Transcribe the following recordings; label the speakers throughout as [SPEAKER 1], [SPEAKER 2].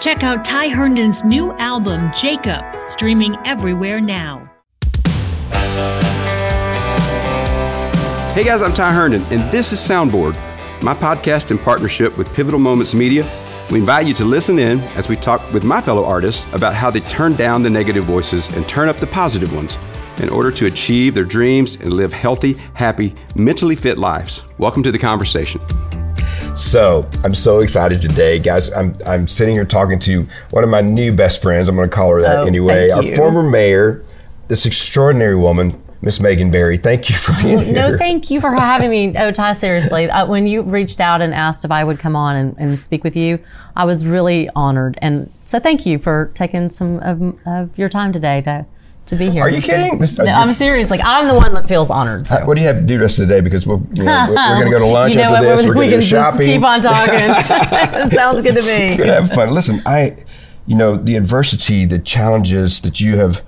[SPEAKER 1] Check out Ty Herndon's new album, Jacob, streaming everywhere now.
[SPEAKER 2] Hey guys, I'm Ty Herndon, and this is Soundboard, my podcast in partnership with Pivotal Moments Media. We invite you to listen in as we talk with my fellow artists about how they turn down the negative voices and turn up the positive ones in order to achieve their dreams and live healthy, happy, mentally fit lives. Welcome to the conversation.
[SPEAKER 3] So I'm so excited today, guys. I'm I'm sitting here talking to one of my new best friends. I'm going to call her that
[SPEAKER 4] Oh,
[SPEAKER 3] anyway.
[SPEAKER 4] thank
[SPEAKER 3] Our
[SPEAKER 4] you.
[SPEAKER 3] former mayor, this extraordinary woman, Miss Megan Berry. Thank you for being here.
[SPEAKER 4] No, thank you for having me. Oh, Ty, seriously, uh, when you reached out and asked if I would come on and, and speak with you, I was really honored. And so thank you for taking some of, of your time today to, to be here.
[SPEAKER 3] Are you kidding? This-
[SPEAKER 4] No, I'm serious. Like, I'm the one that feels honored. So.
[SPEAKER 3] What do you have to do the rest of the day? Because we're, you know, we're, going to go to lunch
[SPEAKER 4] you know
[SPEAKER 3] after
[SPEAKER 4] what?
[SPEAKER 3] this. We're,
[SPEAKER 4] we
[SPEAKER 3] going
[SPEAKER 4] can
[SPEAKER 3] to shopping.
[SPEAKER 4] just keep on talking. it sounds good to me.
[SPEAKER 3] We're gonna have fun. Listen, I, you know, the adversity, the challenges that you have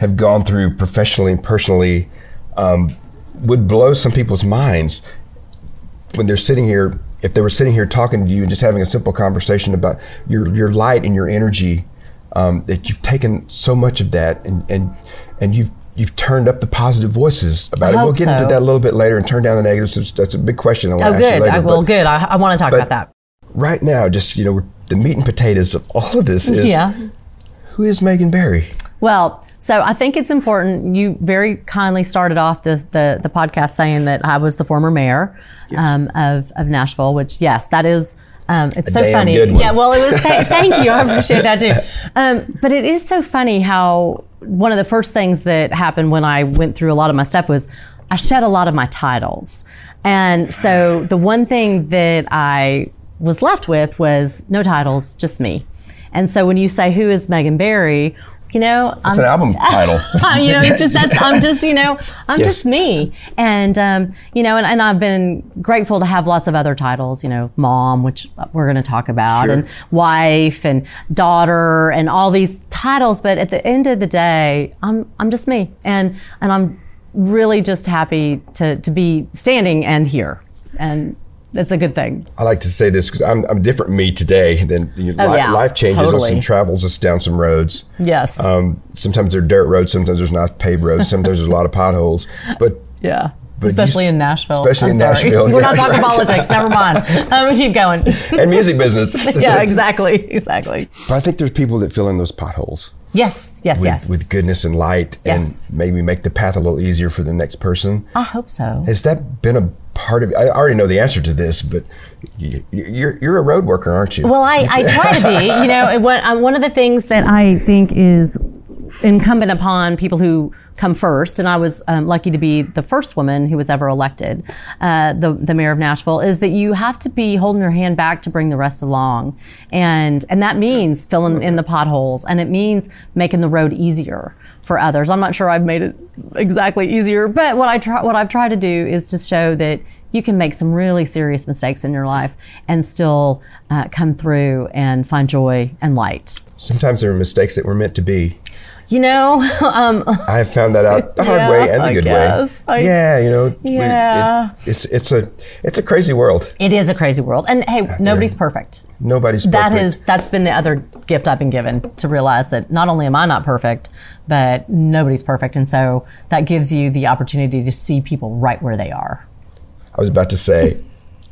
[SPEAKER 3] have gone through professionally and personally, um, would blow some people's minds when they're sitting here. If they were sitting here talking to you and just having a simple conversation about your your light and your energy, um, that you've taken so much of that and and and you've you've turned up the positive voices about it.
[SPEAKER 4] hope
[SPEAKER 3] We'll get into
[SPEAKER 4] so.
[SPEAKER 3] that a little bit later and turn down the negatives. That's- That's a big question. I want
[SPEAKER 4] Oh,
[SPEAKER 3] to ask you
[SPEAKER 4] good.
[SPEAKER 3] later,
[SPEAKER 4] I, well,
[SPEAKER 3] but-
[SPEAKER 4] good. I, I want to talk
[SPEAKER 3] but-
[SPEAKER 4] about that.
[SPEAKER 3] right now, just you know, we're- the meat and potatoes of all of this is
[SPEAKER 4] Yeah.
[SPEAKER 3] who is Megan Berry?
[SPEAKER 4] Well, so I think it's important. You very kindly started off the the, the podcast saying that I was the former mayor um, of of Nashville, which yes, that is. Um, it's so
[SPEAKER 3] damn
[SPEAKER 4] funny.
[SPEAKER 3] good one.
[SPEAKER 4] Yeah. Well, it was. Th- thank you. I appreciate that too. Um, but it is so funny how one of the first things that happened when I went through a lot of my stuff was I shed a lot of my titles, and so the one thing that I was left with was no titles, just me. And so when you say who is Megan Barry, you know,
[SPEAKER 3] It's an album title.
[SPEAKER 4] Um, I- Uh, you know, it's just that's I'm just you know I'm
[SPEAKER 3] Yes.
[SPEAKER 4] just me, and um, you know, and, and I've been grateful to have lots of other titles, you know, mom, which we're going to talk about, and wife, and daughter, and all these titles. But at the end of the day, I'm I'm just me, and and I'm really just happy to to be standing and here, and that's a good thing.
[SPEAKER 3] I like to say this because I'm, I'm a different me today than you know,
[SPEAKER 4] Oh,
[SPEAKER 3] li-
[SPEAKER 4] yeah,
[SPEAKER 3] life changes us
[SPEAKER 4] totally.
[SPEAKER 3] and travels us down some roads.
[SPEAKER 4] Yes.
[SPEAKER 3] Um, sometimes they're dirt roads, sometimes there's not paved roads, sometimes there's a lot of potholes. But
[SPEAKER 4] yeah.
[SPEAKER 3] you
[SPEAKER 4] Especially
[SPEAKER 3] s-
[SPEAKER 4] in Nashville.
[SPEAKER 3] especially
[SPEAKER 4] I'm
[SPEAKER 3] in
[SPEAKER 4] sorry.
[SPEAKER 3] Nashville,
[SPEAKER 4] We're not
[SPEAKER 3] yeah,
[SPEAKER 4] talking
[SPEAKER 3] right.
[SPEAKER 4] politics. Never mind. Um, keep going.
[SPEAKER 3] and music business.
[SPEAKER 4] yeah, exactly, exactly.
[SPEAKER 3] But I think there's people that fill in those potholes
[SPEAKER 4] Yes, yes,
[SPEAKER 3] with,
[SPEAKER 4] yes.
[SPEAKER 3] with goodness and light,
[SPEAKER 4] Yes.
[SPEAKER 3] and maybe make the path a little easier for the next person.
[SPEAKER 4] I hope so.
[SPEAKER 3] Has that been a part of? I already know the answer to this, but you, you're you're a road worker, aren't you?
[SPEAKER 4] Well, I, I try to be. You know, and what, um, one of the things that I think is incumbent upon people who come first, and I was um, lucky to be the first woman who was ever elected, uh, the, the mayor of Nashville, is that you have to be holding your hand back to bring the rest along. And, and that means filling in the potholes, and it means making the road easier for others. I'm not sure I've made it exactly easier, but what, I try, what I've tried to do is to show that you can make some really serious mistakes in your life and still uh, come through and find joy and light.
[SPEAKER 3] Sometimes there are mistakes that were meant to be.
[SPEAKER 4] You know, um,
[SPEAKER 3] I have found that out the hard
[SPEAKER 4] Yeah,
[SPEAKER 3] way and the
[SPEAKER 4] I
[SPEAKER 3] good
[SPEAKER 4] guess.
[SPEAKER 3] way.
[SPEAKER 4] I-
[SPEAKER 3] yeah, you know. we- it-
[SPEAKER 4] Yeah.
[SPEAKER 3] it's it's a it's a crazy world.
[SPEAKER 4] it is a crazy world. And hey, nobody's perfect.
[SPEAKER 3] Nobody's
[SPEAKER 4] That
[SPEAKER 3] perfect.
[SPEAKER 4] is that's been the other gift I've been given to realize that not only am I not perfect, but nobody's perfect. And so that gives you the opportunity to see people right where they are.
[SPEAKER 3] I was about to say.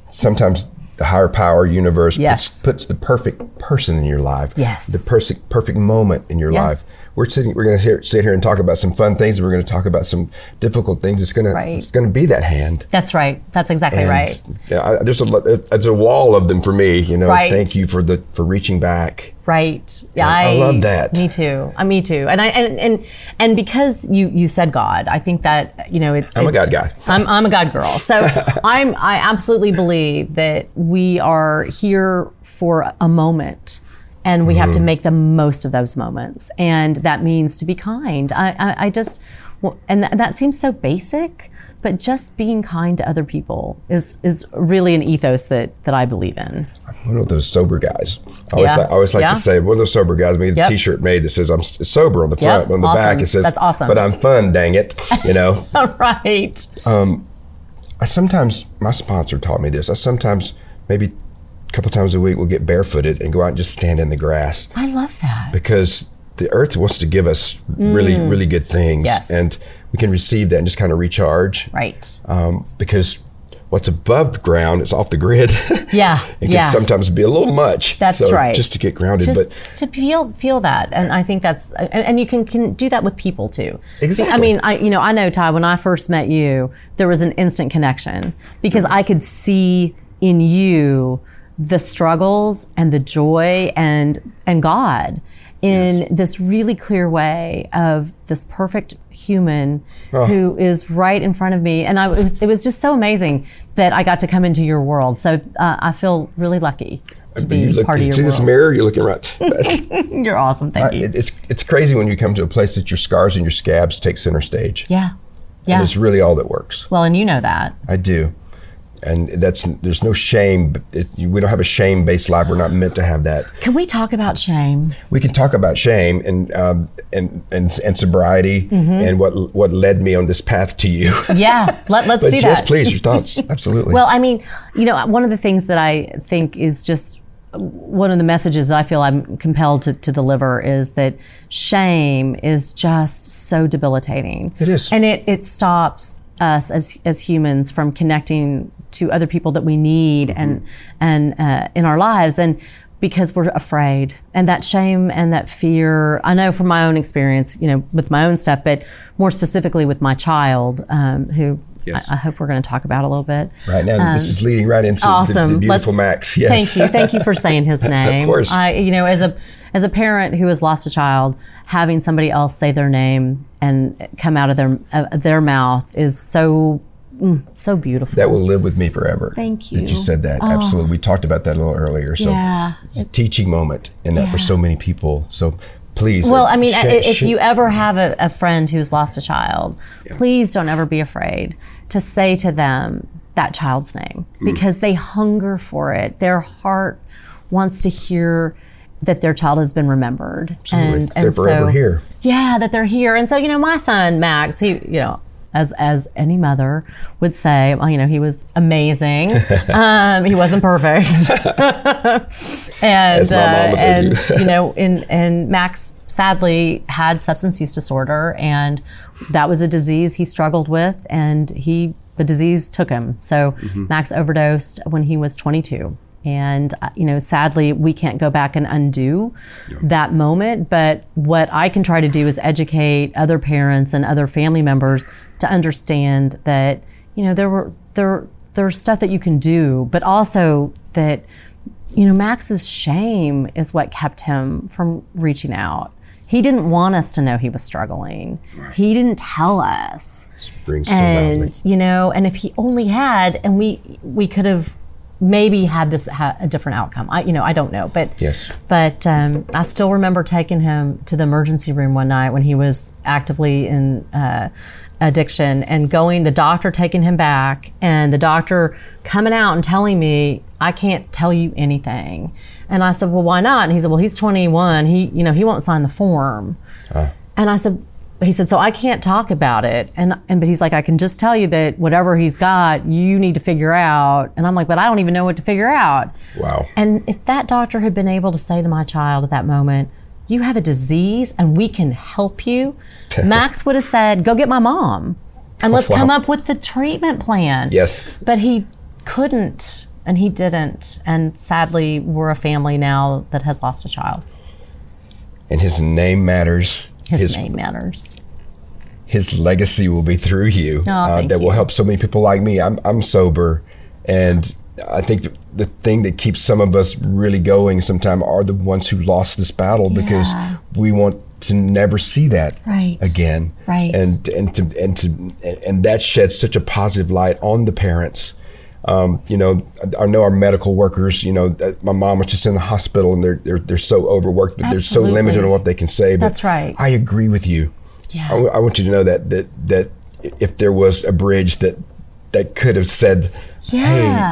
[SPEAKER 3] Sometimes the higher power universe puts,
[SPEAKER 4] Yes.
[SPEAKER 3] puts the perfect person in your life.
[SPEAKER 4] Yes.
[SPEAKER 3] The perfect perfect moment in your
[SPEAKER 4] Yes.
[SPEAKER 3] life. We're sitting. We're going to sit here and talk about some fun things. and We're going to talk about some difficult things. It's going to
[SPEAKER 4] Right.
[SPEAKER 3] it's going to be that hand.
[SPEAKER 4] That's right. That's exactly
[SPEAKER 3] And,
[SPEAKER 4] right.
[SPEAKER 3] Yeah, I, there's a lo- uh, there's a wall of them for me. You know,
[SPEAKER 4] Right.
[SPEAKER 3] thank you for the for reaching back.
[SPEAKER 4] Right. Yeah,
[SPEAKER 3] I love that.
[SPEAKER 4] Me too. I me too. And I and and, and because you you said God, I think that you know it,
[SPEAKER 3] I'm a
[SPEAKER 4] it-
[SPEAKER 3] God guy.
[SPEAKER 4] I'm, I'm a God girl. So I'm, I absolutely believe that we are here for a moment and we have to make the most of those moments. And that means to be kind. I, I, I just, well, and th- that seems so basic, but just being kind to other people is, is really an ethos that, that I believe in.
[SPEAKER 3] One of those sober guys. I always,
[SPEAKER 4] Yeah.
[SPEAKER 3] like, I always like
[SPEAKER 4] Yeah.
[SPEAKER 3] to say one of those sober guys. Made
[SPEAKER 4] Yep.
[SPEAKER 3] a T-shirt made that says I'm s- sober on the front, on the back
[SPEAKER 4] Awesome.
[SPEAKER 3] it says
[SPEAKER 4] That's awesome.
[SPEAKER 3] But I'm fun, dang it. You know,
[SPEAKER 4] right.
[SPEAKER 3] I sometimes my sponsor taught me this. I sometimes maybe couple times a week we'll get barefooted and go out and just stand in the grass
[SPEAKER 4] I love that.
[SPEAKER 3] because the earth wants to give us really, really good things.
[SPEAKER 4] Mm. Yes.
[SPEAKER 3] And we can receive that and just kind of recharge.
[SPEAKER 4] right.
[SPEAKER 3] Um, because what's above ground is off the grid.
[SPEAKER 4] Yeah,
[SPEAKER 3] it
[SPEAKER 4] yeah.
[SPEAKER 3] can sometimes be a little much.
[SPEAKER 4] That's
[SPEAKER 3] So
[SPEAKER 4] right.
[SPEAKER 3] Just to get grounded.
[SPEAKER 4] Just
[SPEAKER 3] but
[SPEAKER 4] to feel feel that, and I think that's and, and you can can do that with people too.
[SPEAKER 3] Exactly.
[SPEAKER 4] I mean, I you know I know Ty. When I first met you, there was an instant connection because I could see in you the struggles and the joy and and God in this really clear way of this perfect human
[SPEAKER 3] Oh.
[SPEAKER 4] who is right in front of me and I it was, it was just so amazing that I got to come into your world so uh, I feel really lucky to be
[SPEAKER 3] you look,
[SPEAKER 4] part of
[SPEAKER 3] you
[SPEAKER 4] your
[SPEAKER 3] see this
[SPEAKER 4] world.
[SPEAKER 3] mirror, you're looking right.
[SPEAKER 4] You're awesome. Thank you.
[SPEAKER 3] It- it's, it's crazy when you come to a place that your scars and your scabs take center stage.
[SPEAKER 4] yeah.
[SPEAKER 3] And
[SPEAKER 4] Yeah.
[SPEAKER 3] it's really all that works.
[SPEAKER 4] Well, and you know that.
[SPEAKER 3] I do. And that's there's no shame. It, we don't have a shame based life. We're not meant to have that.
[SPEAKER 4] Can we talk about shame?
[SPEAKER 3] we can talk about shame and um, and, and and sobriety and what what led me on this path to you.
[SPEAKER 4] Yeah. Let, Mm-hmm. let's
[SPEAKER 3] but
[SPEAKER 4] do
[SPEAKER 3] yes,
[SPEAKER 4] that.
[SPEAKER 3] please, your thoughts, absolutely.
[SPEAKER 4] Well, I mean, you know, one of the things that I think is just one of the messages that I feel I'm compelled to, to deliver is that shame is just so debilitating.
[SPEAKER 3] It is.
[SPEAKER 4] And it, it stops us as, as humans from connecting to other people that we need
[SPEAKER 3] Mm-hmm.
[SPEAKER 4] and, and uh, in our lives. And because we're afraid and that shame and that fear i know from my own experience you know with my own stuff but more specifically with my child um, who
[SPEAKER 2] Yes.
[SPEAKER 4] I, I hope we're going to talk about a little bit
[SPEAKER 3] right now, this is leading right into the-
[SPEAKER 4] Um, awesome.
[SPEAKER 3] the, beautiful
[SPEAKER 4] Let's-
[SPEAKER 3] Max. Yes,
[SPEAKER 4] Thank you. Thank you for saying his name.
[SPEAKER 3] course.
[SPEAKER 4] I, you know, as a as a parent who has lost a child, having somebody else say their name and come out of their uh, their mouth is so mm, so beautiful.
[SPEAKER 3] that will live with me forever.
[SPEAKER 4] Thank
[SPEAKER 3] That you
[SPEAKER 4] you. Oh.
[SPEAKER 3] said that absolutely. We talked about that a little earlier. So
[SPEAKER 4] Yeah.
[SPEAKER 3] it's a teaching moment in that for so many people. So please.
[SPEAKER 4] well,
[SPEAKER 3] uh,
[SPEAKER 4] I mean,
[SPEAKER 3] sh-
[SPEAKER 4] i if
[SPEAKER 3] sh-
[SPEAKER 4] you ever have a, a friend who's lost a child, please don't ever be afraid to say to them that child's name
[SPEAKER 3] Mm.
[SPEAKER 4] because they hunger for it. Their heart wants to hear that their child has been remembered.
[SPEAKER 3] Absolutely. They're forever here.
[SPEAKER 4] Yeah, that they're here. And so, you know, my son Max, he, you know, as as any mother would say, well, you know, he was amazing. um, he wasn't perfect. and uh,
[SPEAKER 3] As my mom would say to
[SPEAKER 4] and
[SPEAKER 3] you.
[SPEAKER 4] you know, in and Max sadly had substance use disorder, and that was a disease he struggled with, and he the disease took him. So
[SPEAKER 3] Mm-hmm.
[SPEAKER 4] Max overdosed when he was 22, and uh, you know, sadly, we can't go back and undo that moment. But what I can try to do is educate other parents and other family members to understand that you know there were there there's stuff that you can do, but also that you know, Max's shame is what kept him from reaching out. He didn't want us to know he was struggling. He didn't tell us.
[SPEAKER 3] Brings so loudly.
[SPEAKER 4] And you know, and if he only had and we we could have maybe had this ha- a different outcome. I you know, I don't know, but
[SPEAKER 3] Yes.
[SPEAKER 4] but um, I still remember taking him to the emergency room one night when he was actively in uh, addiction and going, the doctor taking him back, and the doctor coming out and telling me, I can't tell you anything. And I said, Well, why not? And he said, Well, he's 21. He, you know, he won't sign the form. And I said, he said, so I can't talk about it. And, and, but he's like, I can just tell you that whatever he's got, you need to figure out. And I'm like, but I don't even know what to figure out.
[SPEAKER 3] Wow.
[SPEAKER 4] And if that doctor had been able to say to my child at that moment, you have a disease and we can help you, Max would have said, go get my mom and let's
[SPEAKER 3] Wow.
[SPEAKER 4] come up with the treatment plan.
[SPEAKER 3] yes.
[SPEAKER 4] But he couldn't and he didn't. And sadly, we're a family now that has lost a child.
[SPEAKER 3] And his name matters.
[SPEAKER 4] His, name matters.
[SPEAKER 3] his legacy will be through you uh,
[SPEAKER 4] thank
[SPEAKER 3] that
[SPEAKER 4] you.
[SPEAKER 3] will help so many people like me i'm, I'm sober and i think the, the thing that keeps some of us really going sometime are the ones who lost this battle because
[SPEAKER 4] Yeah.
[SPEAKER 3] we want to never see that
[SPEAKER 4] Right.
[SPEAKER 3] again
[SPEAKER 4] Right.
[SPEAKER 3] and and to and to and that sheds such a positive light on the parents um, you know, I I know our medical workers. You know, that my mom was just in the hospital, and they're they're, they're so overworked, but they're so limited
[SPEAKER 4] Absolutely.
[SPEAKER 3] on what they can say. But
[SPEAKER 4] That's right.
[SPEAKER 3] I agree with you.
[SPEAKER 4] Yeah.
[SPEAKER 3] I, w- I want you to know that that that if there was a bridge that that could have said,
[SPEAKER 4] Yeah.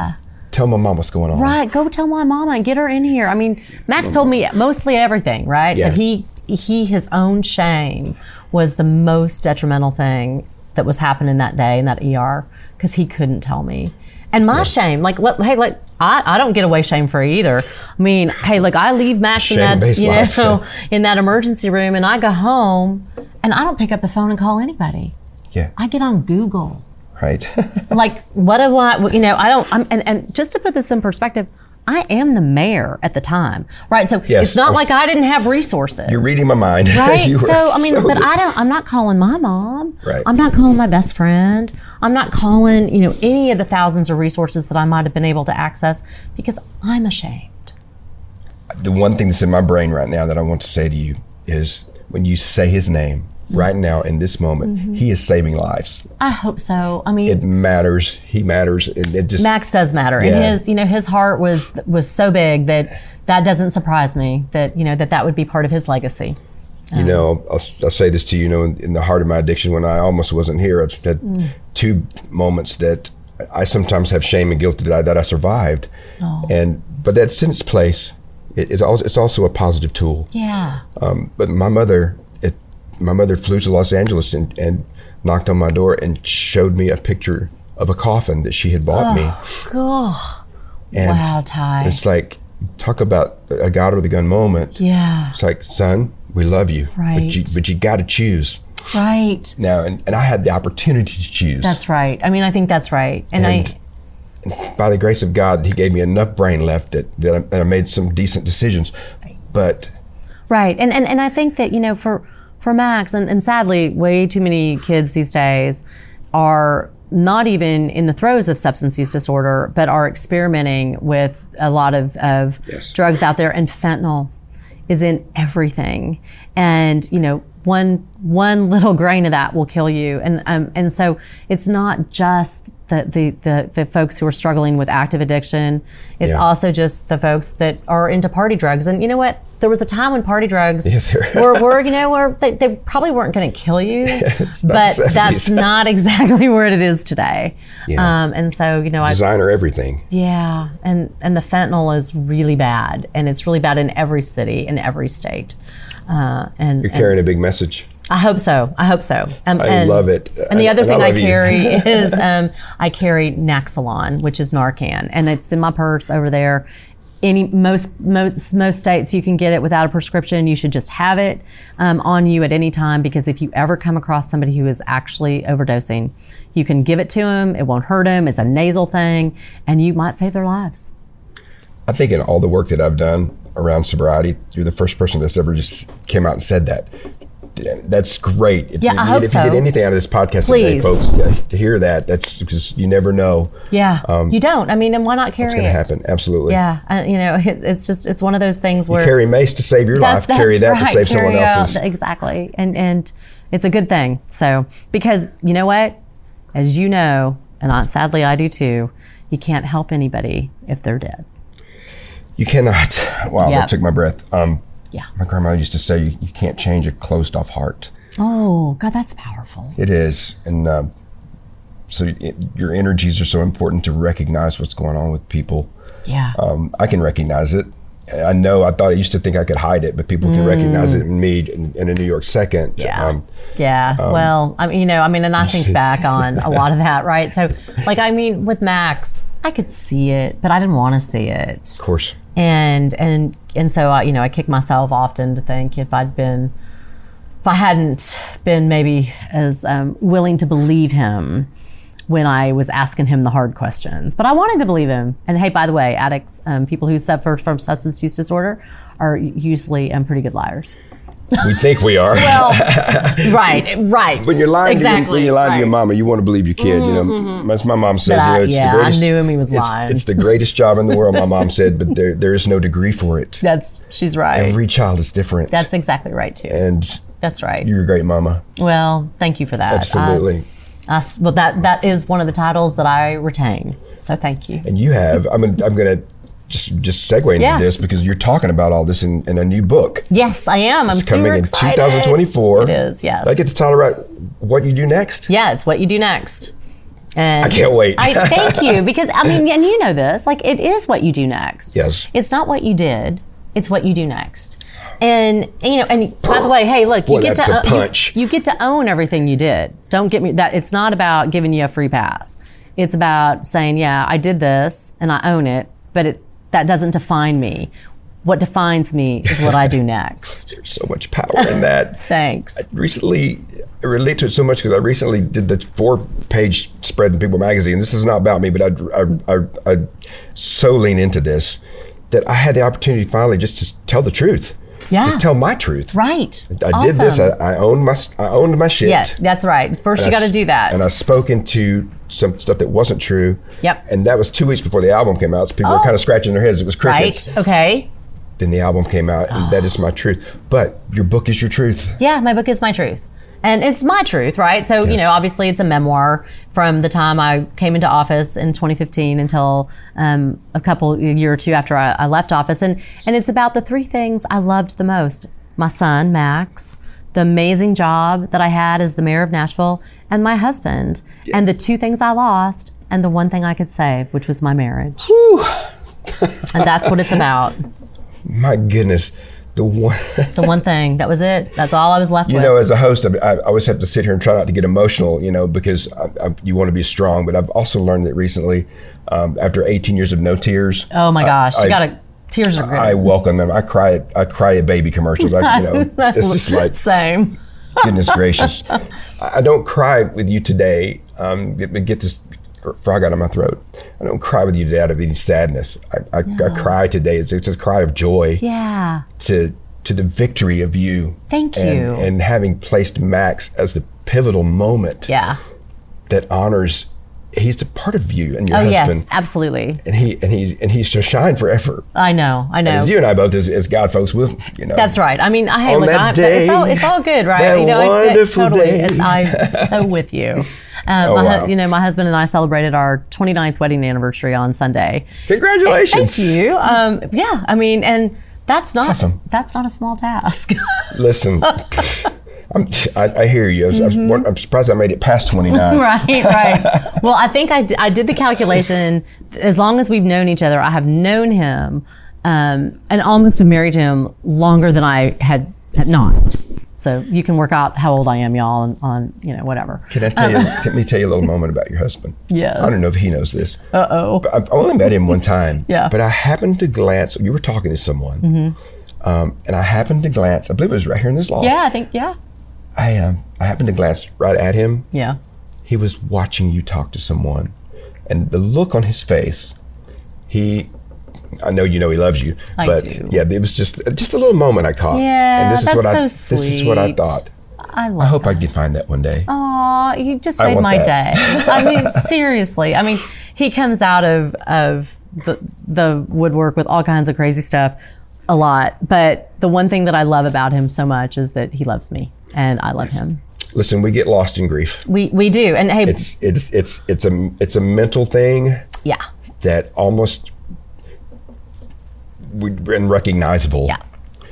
[SPEAKER 3] "Hey, tell my mom what's going on."
[SPEAKER 4] Right, go tell my mama and get her in here. I mean, Max told me mostly everything, right?
[SPEAKER 3] Yeah.
[SPEAKER 4] But he he his own shame was the E most detrimental thing that was happening that day in that ER because he couldn't tell me. and my shame, like, let, hey, like, I, I don't get away shame free either. I mean, hey, look, I leave Max in that,
[SPEAKER 3] Shame-based
[SPEAKER 4] you
[SPEAKER 3] life,
[SPEAKER 4] know, in that emergency room, and I go home, and I don't pick up the phone and call anybody.
[SPEAKER 3] Yeah.
[SPEAKER 4] I get on Google.
[SPEAKER 3] right.
[SPEAKER 4] Like, what do I, you know, I don't, I'm, and, and just to put this in perspective, I am the mayor at the time, right? So
[SPEAKER 3] Yes,
[SPEAKER 4] it's not
[SPEAKER 3] of-
[SPEAKER 4] like I didn't have resources.
[SPEAKER 3] You're reading my mind.
[SPEAKER 4] Right.
[SPEAKER 3] You
[SPEAKER 4] so
[SPEAKER 3] were
[SPEAKER 4] I mean, but
[SPEAKER 3] good.
[SPEAKER 4] I don't. I'm not calling my mom.
[SPEAKER 3] Right.
[SPEAKER 4] I'm not calling my best friend. I'm not calling you know any of the thousands of resources that I might have been able to access because I'm ashamed.
[SPEAKER 3] the one thing that's in my brain right now that I want to say to you is when you say his name
[SPEAKER 4] Mm-hmm.
[SPEAKER 3] right now in this moment, he is saving lives.
[SPEAKER 4] I hope so. I mean,
[SPEAKER 3] It matters. He matters. It, it just
[SPEAKER 4] Max does matter, and
[SPEAKER 3] Yeah.
[SPEAKER 4] his you know his heart was was so big that that doesn't surprise me that you know that that would be part of his legacy. Oh.
[SPEAKER 3] you know, I'll, I'll say this to you, you know, in, in the heart of my addiction, when I almost wasn't here, I've had
[SPEAKER 4] Mm.
[SPEAKER 3] two moments that I sometimes have shame and guilt that I, that I survived.
[SPEAKER 4] Oh.
[SPEAKER 3] And, but that's in its place. It, it's, also, it's also a positive tool.
[SPEAKER 4] Yeah.
[SPEAKER 3] Um, but my mother, it, my mother flew to Los Angeles and, and knocked on my door and showed me a picture of a coffin that she had bought
[SPEAKER 4] Oh,
[SPEAKER 3] me. And
[SPEAKER 4] wow, Ty.
[SPEAKER 3] It's like, talk about a God with a gun moment.
[SPEAKER 4] yeah.
[SPEAKER 3] It's like, son, we love you, But you,
[SPEAKER 4] Right.
[SPEAKER 3] but you got to choose
[SPEAKER 4] Right.
[SPEAKER 3] now, and, and I had the opportunity to choose.
[SPEAKER 4] That's right. I mean, I think that's right, and,
[SPEAKER 3] And-
[SPEAKER 4] I.
[SPEAKER 3] By the grace of God, He gave me enough brain left that that I, that I made some decent decisions. But
[SPEAKER 4] Right. And, and and I think that, you know, for for Max and, and sadly way too many kids these days are not even in the throes of substance use disorder, but are experimenting with a lot of, of drugs out there and fentanyl is in everything. And, you know, one one little grain of that will kill you. And um, and so it's not just the, the, the, the folks who are struggling with active addiction. It's
[SPEAKER 3] Yeah.
[SPEAKER 4] also just the folks that are into party drugs. And you know what? There was a time when party drugs
[SPEAKER 3] there-
[SPEAKER 4] were, were, you know, were they, they probably weren't going to kill you,
[SPEAKER 3] not
[SPEAKER 4] but
[SPEAKER 3] the 70s.
[SPEAKER 4] that's not exactly where it is today.
[SPEAKER 3] Yeah.
[SPEAKER 4] Um, and so, you know, I,
[SPEAKER 3] designer everything.
[SPEAKER 4] yeah, and and the fentanyl is really bad, and it's really bad in every city, in every state. Uh, and,
[SPEAKER 3] You're
[SPEAKER 4] and
[SPEAKER 3] carrying a big message.
[SPEAKER 4] I hope so. I hope so. Um,
[SPEAKER 3] I
[SPEAKER 4] and-
[SPEAKER 3] love it.
[SPEAKER 4] And the
[SPEAKER 3] I-
[SPEAKER 4] other
[SPEAKER 3] and I
[SPEAKER 4] thing I,
[SPEAKER 3] love you.
[SPEAKER 4] carry is um, I carry Naxalon, which is Narcan, and it's in my purse over there. Any most most most states you can get it without a prescription. You should just have it um, on you at any time because if you ever come across somebody who is actually overdosing, you can give it to them. It won't hurt them. It's a nasal thing, and you might save their lives.
[SPEAKER 3] I think in all the work that I've done around sobriety, you're the first person that's ever just came out and said that. That's great. If
[SPEAKER 4] Yeah,
[SPEAKER 3] you,
[SPEAKER 4] I hope
[SPEAKER 3] if you
[SPEAKER 4] so.
[SPEAKER 3] did anything out of this podcast today,
[SPEAKER 4] Please.
[SPEAKER 3] folks, yeah, to hear that, that's because you never know
[SPEAKER 4] Yeah, you don't. I mean, and why not carry
[SPEAKER 3] Um, what's going to
[SPEAKER 4] it?
[SPEAKER 3] happen. Absolutely.
[SPEAKER 4] Yeah, uh, you know, it, it's just it's one of those things where
[SPEAKER 3] Carry mace to save your life.
[SPEAKER 4] That-
[SPEAKER 3] Carry that
[SPEAKER 4] that's
[SPEAKER 3] to
[SPEAKER 4] right.
[SPEAKER 3] save someone
[SPEAKER 4] Carry out-
[SPEAKER 3] else's.
[SPEAKER 4] exactly, and and it's a good thing. So because you know what, as you know, and I, sadly I do too, you can't help anybody if they're dead.
[SPEAKER 3] You cannot. Wow,
[SPEAKER 4] Yeah.
[SPEAKER 3] that took my breath. Um,
[SPEAKER 4] Yeah.
[SPEAKER 3] My grandma used to say, you, you can't change a closed off heart.
[SPEAKER 4] Oh God, that's powerful.
[SPEAKER 3] It is. And um, so it, your energies are so important to recognize what's going on with people.
[SPEAKER 4] Yeah.
[SPEAKER 3] Um, I can recognize it. I know I thought I used to think I could hide it, but people can recognize it in me in, in a New York second. Um,
[SPEAKER 4] Yeah. yeah. well, I mean, you know, I mean, and I think back on a lot of that, right? So, like, I mean, with Max, I could see it, but I didn't want to see it.
[SPEAKER 3] of course.
[SPEAKER 4] and and and so I, you know, I kick myself often to think if I'd been, if I hadn't been maybe as um, willing to believe him when I was asking him the hard questions. But I wanted to believe him. And hey, by the way, addicts, um, people who suffer from substance use disorder, are usually um, pretty good liars.
[SPEAKER 3] We think we are.
[SPEAKER 4] right, right.
[SPEAKER 3] when you're lying, to your,
[SPEAKER 4] exactly. Mm-hmm,
[SPEAKER 3] when you're lying to your mama, you want to believe your kid. You know, as my mom says,
[SPEAKER 4] But I-
[SPEAKER 3] you know, it's
[SPEAKER 4] yeah, I
[SPEAKER 3] the greatest.
[SPEAKER 4] knew him, he was
[SPEAKER 3] it's-
[SPEAKER 4] lying.
[SPEAKER 3] It's the greatest job in the world, my mom said, but there there is no degree for it.
[SPEAKER 4] That's she's right.
[SPEAKER 3] Every child is different.
[SPEAKER 4] That's exactly right too.
[SPEAKER 3] and
[SPEAKER 4] That's right.
[SPEAKER 3] you're a great mama.
[SPEAKER 4] Well, thank you for that. Uh, I-
[SPEAKER 3] Absolutely.
[SPEAKER 4] I s- well, that that is one of the titles that I retain. So thank you.
[SPEAKER 3] and you have. I'm gonna, I'm gonna just just segue into
[SPEAKER 4] Yeah.
[SPEAKER 3] this because you're talking about all this in, in a new book.
[SPEAKER 4] Yes, I am. I'm
[SPEAKER 3] It's coming
[SPEAKER 4] super
[SPEAKER 3] in
[SPEAKER 4] excited.
[SPEAKER 3] 2024.
[SPEAKER 4] It is. Yes.
[SPEAKER 3] I get to tell her about what you do next.
[SPEAKER 4] yeah, it's what you do next. And
[SPEAKER 3] I can't wait.
[SPEAKER 4] I thank you because I mean, and you know this. Like, it is what you do next.
[SPEAKER 3] Yes.
[SPEAKER 4] It's not what you did. It's what you do next. And you know, and by the way, hey, look,
[SPEAKER 3] Boy,
[SPEAKER 4] you get
[SPEAKER 3] that's
[SPEAKER 4] to
[SPEAKER 3] a
[SPEAKER 4] own- you-
[SPEAKER 3] punch.
[SPEAKER 4] You, get to own everything you did. Don't get me that. It's not about giving you a free pass. It's about saying, yeah, I did this and I own it, but it, that doesn't define me. What defines me is what I do next.
[SPEAKER 3] There's so much power in that.
[SPEAKER 4] Thanks.
[SPEAKER 3] recently I relate to it so much because I recently did the four page spread in People Magazine. This is not about me, but I, I, I, I so lean into this that I had the opportunity finally just to tell the truth.
[SPEAKER 4] Yeah.
[SPEAKER 3] To tell my truth.
[SPEAKER 4] Right.
[SPEAKER 3] I did this. I, I owned my I owned my shit.
[SPEAKER 4] Yeah, that's right. First, you
[SPEAKER 3] And I
[SPEAKER 4] got to
[SPEAKER 3] s-
[SPEAKER 4] do that.
[SPEAKER 3] And I spoke into some stuff that wasn't true.
[SPEAKER 4] Yep.
[SPEAKER 3] And that was two weeks before the album came out. So people
[SPEAKER 4] Oh.
[SPEAKER 3] were kind of scratching their heads. It was crickets.
[SPEAKER 4] right? Okay.
[SPEAKER 3] Then the album came out, and that is my truth. But your book is your truth.
[SPEAKER 4] Yeah, my book is my truth. And it's my truth, right? So, you
[SPEAKER 3] Yes.
[SPEAKER 4] know, obviously it's a memoir from the time I came into office in 2015 until um, a couple, a year or two after I, I left office. And, and it's about the three things I loved the most my son, Max, the amazing job that I had as the mayor of Nashville, and my husband, and the two things I lost, and the one thing I could save, which was my marriage. and that's what it's about.
[SPEAKER 3] My goodness, the one.
[SPEAKER 4] The one thing. That was it. That's all I was left
[SPEAKER 3] You
[SPEAKER 4] with.
[SPEAKER 3] know, as a host, I, I always have to sit here and try not to get emotional, you know, because I, I, you want to be strong. But I've also learned that recently, um, after 18 years of no tears,
[SPEAKER 4] Oh my gosh,
[SPEAKER 3] I-
[SPEAKER 4] you gotta tears are good.
[SPEAKER 3] I welcome them. I cry at I cry at baby commercials. I, you know, it's just like
[SPEAKER 4] Same.
[SPEAKER 3] goodness gracious. I I don't cry with you today. Um, get, get this frog out of my throat. I don't cry with you today out of any sadness. I, I, I cry today. It's, it's a cry of joy
[SPEAKER 4] Yeah.
[SPEAKER 3] to to the victory of you.
[SPEAKER 4] Thank
[SPEAKER 3] and,
[SPEAKER 4] you.
[SPEAKER 3] And having placed Max as the pivotal moment
[SPEAKER 4] Yeah.
[SPEAKER 3] that honors. He's the part of you and your
[SPEAKER 4] Oh
[SPEAKER 3] husband.
[SPEAKER 4] yes, absolutely.
[SPEAKER 3] And he and he and he shall shine forever.
[SPEAKER 4] I know. I know.
[SPEAKER 3] As you and I both, as, as God folks, will you know.
[SPEAKER 4] Oh. That's right. I mean, I hey,
[SPEAKER 3] On
[SPEAKER 4] look,
[SPEAKER 3] that
[SPEAKER 4] I'm, it's all
[SPEAKER 3] day,
[SPEAKER 4] it's all good, right?
[SPEAKER 3] that
[SPEAKER 4] I- I-
[SPEAKER 3] wonderful
[SPEAKER 4] totally.
[SPEAKER 3] day.
[SPEAKER 4] It's I'm so with you. Um,
[SPEAKER 3] Oh,
[SPEAKER 4] my, hu-
[SPEAKER 3] wow.
[SPEAKER 4] You know, my husband and I celebrated our 29th wedding anniversary on Sunday.
[SPEAKER 3] Congratulations.
[SPEAKER 4] Thank you. Um, yeah. I mean, and that's not
[SPEAKER 3] Awesome.
[SPEAKER 4] that's not a small task.
[SPEAKER 3] Listen, I'm, I, I hear you. I was, I was won- I'm surprised I made it past 29.
[SPEAKER 4] Mm-hmm. right, right. Well, I think I, d- I did the calculation. As long as we've known each other, I have known him um, and almost been married to him longer than I had, had not. So you can work out how old I am, y'all, on, on you know whatever.
[SPEAKER 3] Can I tell you? Let me tell you a little moment about your husband.
[SPEAKER 4] Uh-huh. Yes.
[SPEAKER 3] I don't know if he knows this. Uh oh. I I've only met him one time.
[SPEAKER 4] Yeah.
[SPEAKER 3] But I happened to glance. You were talking to someone, um, and I happened to glance. I believe it was right here in this loft.
[SPEAKER 4] Mm-hmm. Yeah, I think yeah,
[SPEAKER 3] I um, I happened to glance right at him.
[SPEAKER 4] yeah.
[SPEAKER 3] He was watching you talk to someone, and the look on his face, he. I know you know he loves you,
[SPEAKER 4] I
[SPEAKER 3] but
[SPEAKER 4] do.
[SPEAKER 3] yeah, it was just just a little moment I caught.
[SPEAKER 4] Yeah,
[SPEAKER 3] and this is
[SPEAKER 4] that's
[SPEAKER 3] what I,
[SPEAKER 4] so
[SPEAKER 3] This is what I
[SPEAKER 4] sweet. Oh.
[SPEAKER 3] thought.
[SPEAKER 4] I
[SPEAKER 3] I
[SPEAKER 4] love.
[SPEAKER 3] hope I can find that one day.
[SPEAKER 4] Aw, you just
[SPEAKER 3] I
[SPEAKER 4] made
[SPEAKER 3] want
[SPEAKER 4] my
[SPEAKER 3] that.
[SPEAKER 4] day. I mean, seriously. I mean, he comes out of of the the woodwork with all kinds of crazy stuff a lot, but the one thing that I love about him so much is that he loves me and I love him.
[SPEAKER 3] Listen, we get lost in grief.
[SPEAKER 4] We we do. And hey,
[SPEAKER 3] It's it's it's it's a it's a mental thing
[SPEAKER 4] yeah.
[SPEAKER 3] that almost would- unrecognizable.
[SPEAKER 4] Yeah.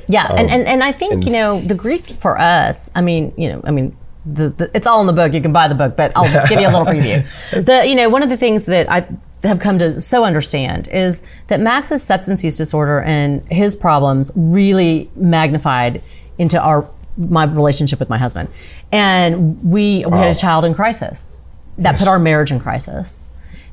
[SPEAKER 4] Yeah, and, and and I think
[SPEAKER 3] and-
[SPEAKER 4] you know the grief for us. I mean, you know, I mean, the, the, it's all in the book. You can buy the book, but I'll just give you a little preview. The you know one of the things that I have come to so understand is that Max's substance use disorder and his problems really magnified into our my relationship with my husband, and we we had a child in crisis that put our marriage in crisis.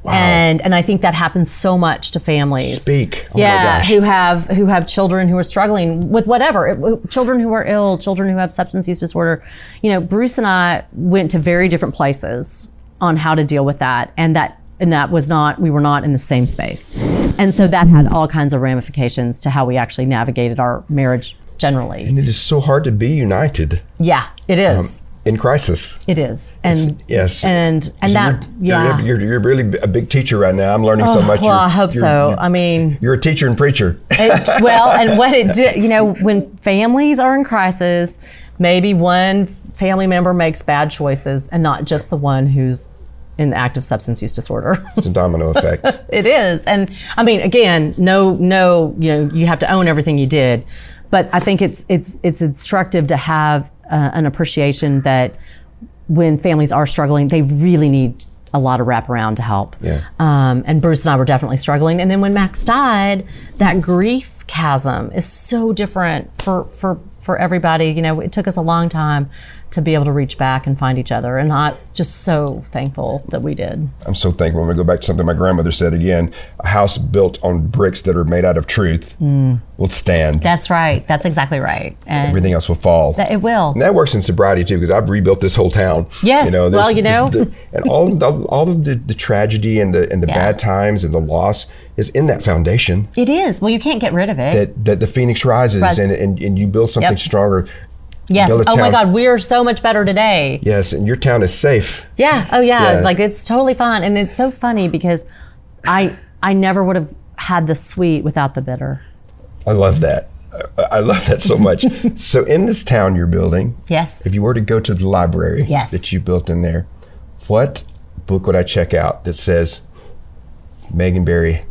[SPEAKER 4] And and I think that happens so much to families.
[SPEAKER 3] Speak. Oh my
[SPEAKER 4] yeah,
[SPEAKER 3] gosh.
[SPEAKER 4] who have who have children who are struggling with whatever, it- children who are ill, children who have substance use disorder. You know, Bruce and I went to very different places on how to deal with that, and that and that was not we were not in the same space, and so that had all kinds of ramifications to how we actually navigated our marriage generally.
[SPEAKER 3] And it is so hard to be united
[SPEAKER 4] Yeah, it is.
[SPEAKER 3] in crisis.
[SPEAKER 4] it is, and
[SPEAKER 3] Um, Yes.
[SPEAKER 4] and and that
[SPEAKER 3] you're,
[SPEAKER 4] yeah. Oh,
[SPEAKER 3] You're, you're really a big teacher right now. I'm learning so much.
[SPEAKER 4] well,
[SPEAKER 3] You're-
[SPEAKER 4] I hope
[SPEAKER 3] you're-
[SPEAKER 4] so.
[SPEAKER 3] You're,
[SPEAKER 4] I mean,
[SPEAKER 3] you're a teacher and preacher.
[SPEAKER 4] It- well, and what it did, you know, when families are in crisis, maybe one family member makes bad choices and not just the one who's in active substance use disorder.
[SPEAKER 3] It's a domino effect.
[SPEAKER 4] it is. And I mean, again, no, no, you know, you have to own everything you did. But I think it's, it's, it's instructive to have uh, an appreciation that when families are struggling, they really need a lot of wraparound to help
[SPEAKER 3] Yeah.
[SPEAKER 4] um, and Bruce and I were definitely struggling. And then when Max died, that grief chasm is so different for for for everybody. You know, it took us a long time to be able to reach back and find each other, and I'm just so thankful that we did.
[SPEAKER 3] I'm so thankful. I'm going to go back to something my grandmother said again. A house built on bricks that are made out of truth
[SPEAKER 4] Hmm.
[SPEAKER 3] will stand.
[SPEAKER 4] That's right. That's exactly right. And
[SPEAKER 3] Everything else will fall.
[SPEAKER 4] that it will.
[SPEAKER 3] And that works in sobriety too, because I've rebuilt this whole town.
[SPEAKER 4] Yes,
[SPEAKER 3] there's-
[SPEAKER 4] well, you know.
[SPEAKER 3] there's the- and all of the, all of the, the tragedy and the and the
[SPEAKER 4] Yeah.
[SPEAKER 3] bad times and the loss is in that foundation
[SPEAKER 4] It is. Well, you can't get rid of it.
[SPEAKER 3] that that the phoenix rises
[SPEAKER 4] Right.
[SPEAKER 3] and, and and you build something
[SPEAKER 4] Yep.
[SPEAKER 3] stronger.
[SPEAKER 4] yes.
[SPEAKER 3] build a
[SPEAKER 4] Oh my
[SPEAKER 3] town-
[SPEAKER 4] God, we are so much better today.
[SPEAKER 3] Yes, and your town is safe.
[SPEAKER 4] Yeah. Oh yeah.
[SPEAKER 3] Yeah.
[SPEAKER 4] Like it's totally fine, and it's so funny because I I never would have had the sweet without the bitter.
[SPEAKER 3] I love that. I, I love that so much. so in this town you're building,
[SPEAKER 4] Yes.
[SPEAKER 3] if you were to go to the library
[SPEAKER 4] Yes.
[SPEAKER 3] that you built in there, what book would I check out that says Megan Berry